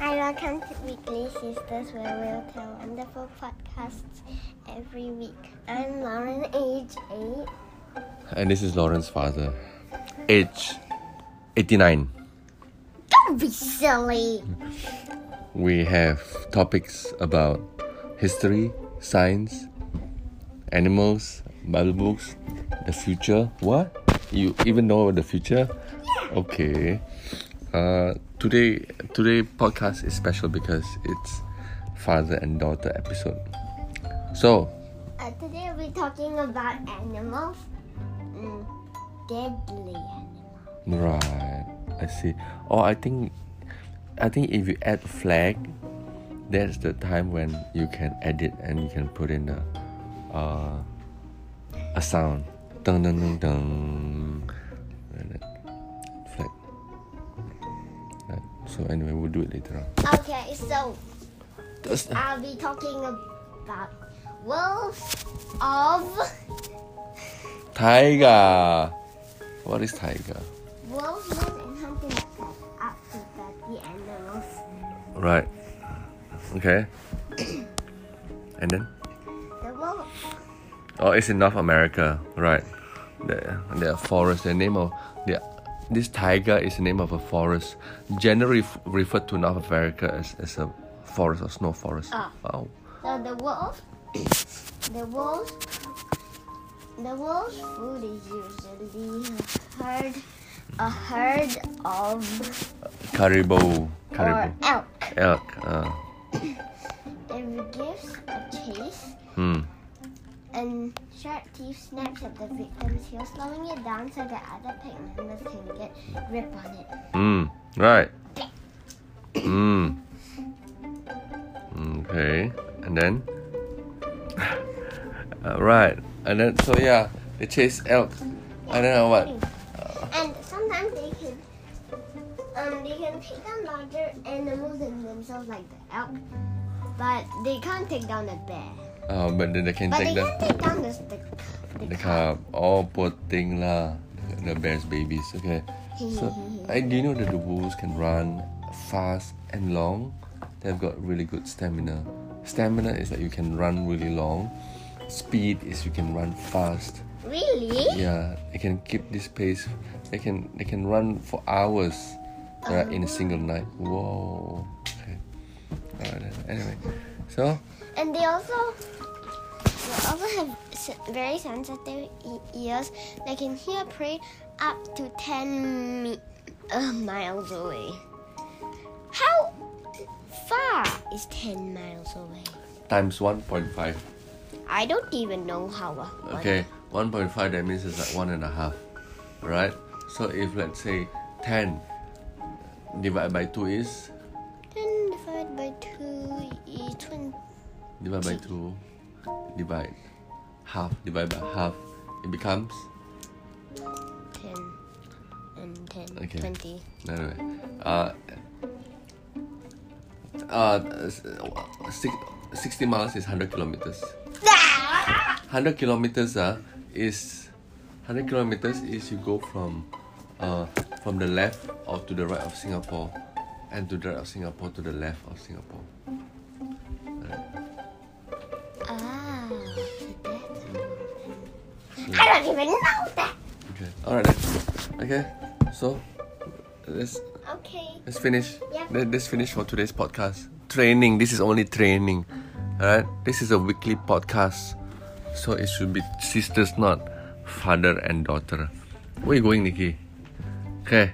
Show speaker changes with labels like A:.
A: Welcome to Weekly Sisters, where we'll tell wonderful podcasts every week. I'm Lauren, age 8.
B: And this is Lauren's father. Age 89.
A: Don't be silly!
B: We have topics about history, science, animals, Bible books, the future. What? You even know the future? Okay. Uh, today today podcast is special because it's father and daughter episode. So,
A: Uh, today we'll be talking about animals. Mm, deadly animals.
B: Right, I see. Or I think, I think if you add flag, that's the time when you can edit and you can put in a, uh, a sound. Dun dun dun dun. Like that. Flag. Right. So anyway, we'll do it later on.
A: Okay, so
B: That's-
A: I'll be talking about wolves of.
B: Tiger. What is tiger?
A: Wolves live in hunting method up to 30 animals.
B: Right. Okay. And then.
A: The wolf
B: Oh, it's in North America, right? The the forest. The name of the this tiger is the name of a forest, generally f- referred to North America as, as a forest or snow forest.
A: Ah.
B: Wow.
A: So the wolf, the wolf, the wolf's food is usually a herd, a herd of
B: Caribou,
A: or
B: caribou,
A: elk.
B: elk. Uh,
A: It gives a chase,
B: hmm.
A: and sharp teeth snaps at the victim's heel, slowing it down so that other pig members can get grip on it.
B: Hmm. Right. Hmm. Okay. And then. Uh, right. And then so yeah, they chase elk. And then uh, what?
A: And sometimes they can, um, they can take down larger animals than themselves, like the elk, but they can't take down a bear.
B: Uh, but then they can
A: But they
B: take the.
A: can take down the stick.
B: The cub. Oh, poor thing lah. The bear's babies. Okay. So, I do you know that the wolves can run fast and long? They've got really good stamina. Stamina is that you can run really long. Speed is you can run fast.
A: Really?
B: Yeah, they can keep this pace. They can they can run for hours right, in a single night. Whoa. Okay. Alright then. Anyway, so
A: And they also they also have s- very sensitive e- ears. They can hear prey up to ten mi- uh, miles away. How far is ten miles away?
B: times one point five.
A: I don't even know how. uh,
B: Okay, 1.5 that means it's like one and a half, right? So if let's say 10 divided by 2 is
A: Ten divided by two e, is twenty.
B: divided by 2 divide half divided by half it becomes
A: Ten and ten.
B: Okay.
A: Twenty.
B: anyway uh uh s- six, 60 miles is 100 kilometers Ah! 100 kilometers uh, is 100 kilometers is you go from uh, from the left or to the right of Singapore and to the right of Singapore to the left of Singapore.
A: Ah, I don't even know that.
B: Okay. All right. Then. Okay. So let's
A: Okay.
B: let's finish.
A: Yeah.
B: Let, let's finish for today's podcast. Training. This is only training. All right. This is a weekly podcast, so it should be sisters, not father and daughter. Where you going, Nikki? Okay.